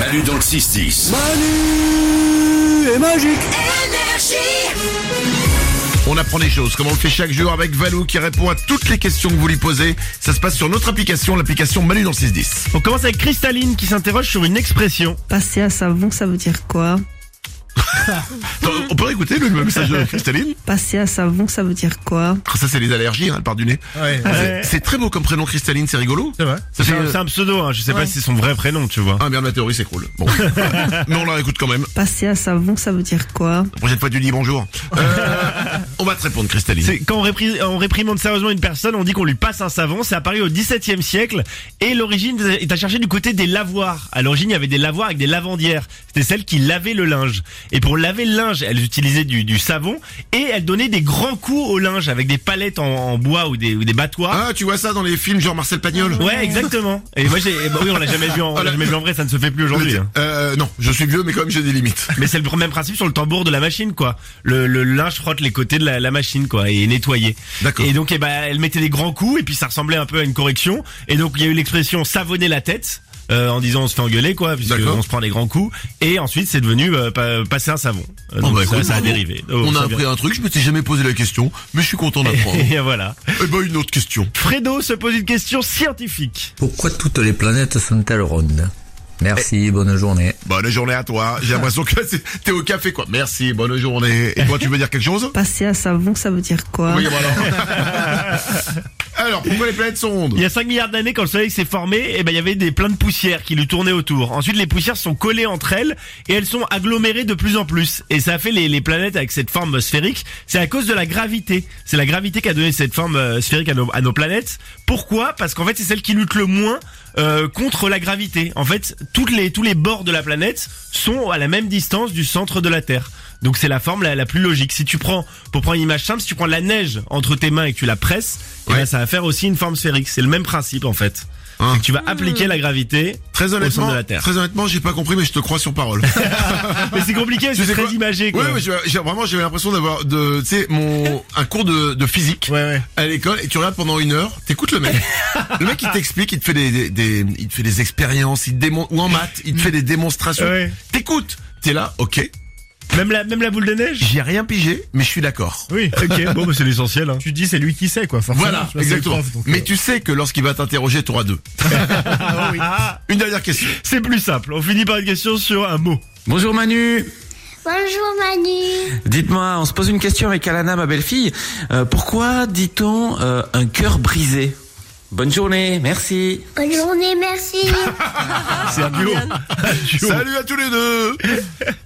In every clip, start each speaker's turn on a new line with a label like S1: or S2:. S1: Manu dans le 6-10.
S2: Manu est magique
S3: On apprend des choses, comme on le fait chaque jour avec Valou qui répond à toutes les questions que vous lui posez. Ça se passe sur notre application, l'application Manu dans le 610.
S4: On commence avec Cristaline qui s'interroge sur une expression.
S5: Passer à savon, ça veut dire quoi
S3: Attends, on peut réécouter le le message de Cristaline
S5: Passer à savon, ça veut dire quoi
S3: Ça c'est les allergies, hein, elle part du nez.
S4: Ouais.
S3: C'est très beau comme prénom Cristaline, c'est rigolo.
S4: C'est vrai.
S3: Ça
S4: C'est
S3: fait,
S4: un,
S3: euh,
S4: c'est un pseudo, hein. je sais pas si c'est son vrai prénom, tu vois.
S3: Ah merde, ma théorie c'est cool. Bon. Mais on la réécoute quand même.
S5: Passer à savon, ça veut dire quoi
S3: La prochaine fois tu dis bonjour. Euh, on va te répondre Cristaline.
S4: C'est quand on, répri- on réprimande sérieusement une personne, on dit qu'on lui passe un savon. C'est apparu au XVIIe siècle et l'origine est à chercher du côté des lavoirs. À l'origine, il y avait des lavoirs avec des lavandières. C'était celles qui lavaient le linge. Et pour laver le linge, elles utilisaient du, du savon et elles donnaient des grands coups au linge avec des palettes en, en bois ou des, ou des battoirs.
S3: Ah tu vois ça dans les films genre Marcel Pagnol
S4: Ouais, exactement. Et moi, j'ai, bah oui, on l'a jamais vu
S3: Ah,
S4: en, on l'a jamais vu en vrai, ça ne se fait plus aujourd'hui. hein.
S3: Euh, non, je suis vieux mais quand même j'ai des limites.
S4: Mais c'est le même principe sur le tambour de la machine, quoi. Le, le linge frotte les côtés de la, la machine, quoi, et est nettoyé.
S3: D'accord.
S4: Et donc, eh ben, elle mettait des grands coups, et puis ça ressemblait un peu à une correction. Et donc, il y a eu l'expression savonner la tête. euh, en disant on se fait engueuler quoi puisque
S3: D'accord.
S4: on se prend des grands coups et ensuite c'est devenu euh, pa- passer un savon Euh,
S3: Bon,
S4: donc
S3: bah,
S4: ça,
S3: écoute,
S4: ça a
S3: bravo.
S4: dérivé Oh,
S3: On
S4: ça
S3: a
S4: a
S3: appris un truc, je m'étais jamais posé la question, mais je suis content d'apprendre.
S4: dérivé. et voilà
S3: Eh ben une autre question.
S4: Fredo se pose une question scientifique
S6: Pourquoi toutes les planètes sont-elles rondes Merci, bonne journée.
S3: Bonne journée à toi. J'ai l'impression que c'est- t'es au café quoi. Merci, bonne journée. Et toi, tu veux dire quelque chose
S5: Passer à savon, ça veut dire quoi
S3: Oui, voilà. Alors, pourquoi les planètes sont rondes
S4: Il y a 5 milliards d'années, quand le soleil s'est formé, eh ben, il y avait des plein de poussières qui lui tournaient autour. Ensuite, les poussières se sont collées entre elles et elles sont agglomérées de plus en plus. Et ça a fait les, les planètes avec cette forme sphérique. C'est à cause de la gravité. C'est la gravité qui a donné cette forme euh, sphérique à nos, à nos planètes. Pourquoi Parce qu'en fait, c'est celle qui lutte le moins euh, contre la gravité. En fait, toutes les, tous les bords de la planète sont à la même distance du centre de la Terre. Donc c'est la forme la, la plus logique. Si tu prends, pour prendre une image simple, si tu prends la neige entre tes mains et que tu la presses, eh ben,
S3: Ouais.
S4: ça va faire aussi une forme sphérique. C'est le même principe en fait.
S3: Hein.
S4: C'est que tu vas appliquer la gravité
S3: Très
S4: au centre
S3: honnêtement,
S4: de la Terre.
S3: très honnêtement, j'ai pas compris, mais je te crois sur parole.
S4: Mais c'est compliqué, parce que
S3: Tu sais
S4: c'est très
S3: quoi
S4: imagé. Quoi.
S3: ouais, ouais, j'ai- j'ai- vraiment, j'avais l'impression d'avoir, de, tu sais, mon un cours de, de physique
S4: Ouais, ouais.
S3: à l'école, et tu regardes pendant une heure, t'écoutes le mec. le mec, il t'explique, il te fait des, des, des- il te fait des expériences, il te démon, ou en maths, il te fait des démonstrations.
S4: Ouais.
S3: T'écoutes, t'es là, ok,
S4: Même la même la boule de neige.
S3: j'ai rien pigé, mais je suis d'accord.
S4: Oui. Ok. Bon, bah, c'est l'essentiel. Hein.
S7: Tu te dis c'est lui qui sait quoi. Forcément,
S3: Voilà,
S7: tu vois, c'est le
S3: exactement.
S7: prof, donc,
S3: Mais
S7: euh,
S3: tu sais que lorsqu'il va t'interroger, t'auras deux.
S4: Ah,
S3: Une dernière question.
S4: c'est plus simple. On finit par une question sur un mot.
S8: Bonjour Manu
S9: Bonjour Manu.
S8: Dites-moi, on se pose une question avec Alana, ma belle-fille. Euh, pourquoi dit-on euh, un cœur brisé Bonne journée, merci.
S9: Bonne journée, merci.
S4: C'est un duo.
S3: Salut à tous les deux.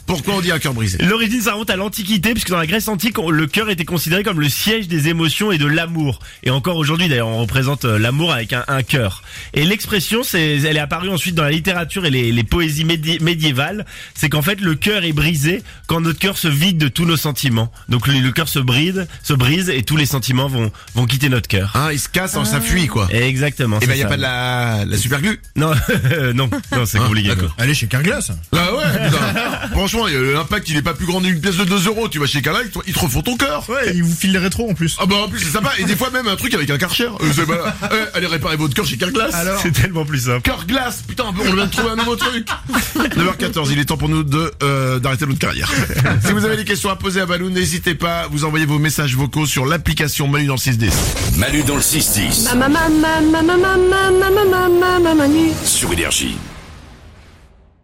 S3: Pourquoi on dit un cœur brisé
S4: L'origine, ça remonte à l'Antiquité, puisque dans la Grèce antique, on- le cœur était considéré comme le siège des émotions et de l'amour. Et encore aujourd'hui, d'ailleurs, on représente euh, l'amour avec un, un cœur. Et l'expression, c'est, elle est apparue ensuite dans la littérature et les, les poésies médi- médiévales. C'est qu'en fait, le cœur est brisé quand notre cœur se vide de tous nos sentiments. Donc le, le cœur se bride, se brise, et tous les sentiments vont vont quitter notre cœur.
S3: Hein, il se casse, hein, ça fuit quoi.
S4: Exactement.
S3: Et
S4: c'est
S3: ben y a
S4: ça.
S3: pas de la, la super glue.
S4: Non, non, non, c'est
S3: Hein,
S4: compliqué.
S3: d'accord.
S7: Allez chez Carglass.
S3: Ah ouais. putain. Franchement, euh, l'impact il est pas plus grand d'une pièce de 2 euros. Tu vas chez Carla, ils te- ils te refont ton cœur.
S7: Ouais, il vous file les rétros en plus.
S3: Ah bah en plus c'est sympa. Et des fois même un truc avec un karcher. Euh, c'est pas- Eh, allez réparer votre cœur chez Carglass.
S7: Alors
S4: C'est tellement plus simple.
S3: Cœur glace, putain, on vient de trouver un nouveau truc. 9h14, il est temps pour nous de euh, d'arrêter notre carrière. si vous avez des questions à poser à Balou, n'hésitez pas, vous envoyez vos messages vocaux sur l'application Manu dans le 610.
S1: Manu dans le 6-10.
S5: Maman, maman, maman, maman, maman, maman, maman, maman,
S1: Sur Énergie.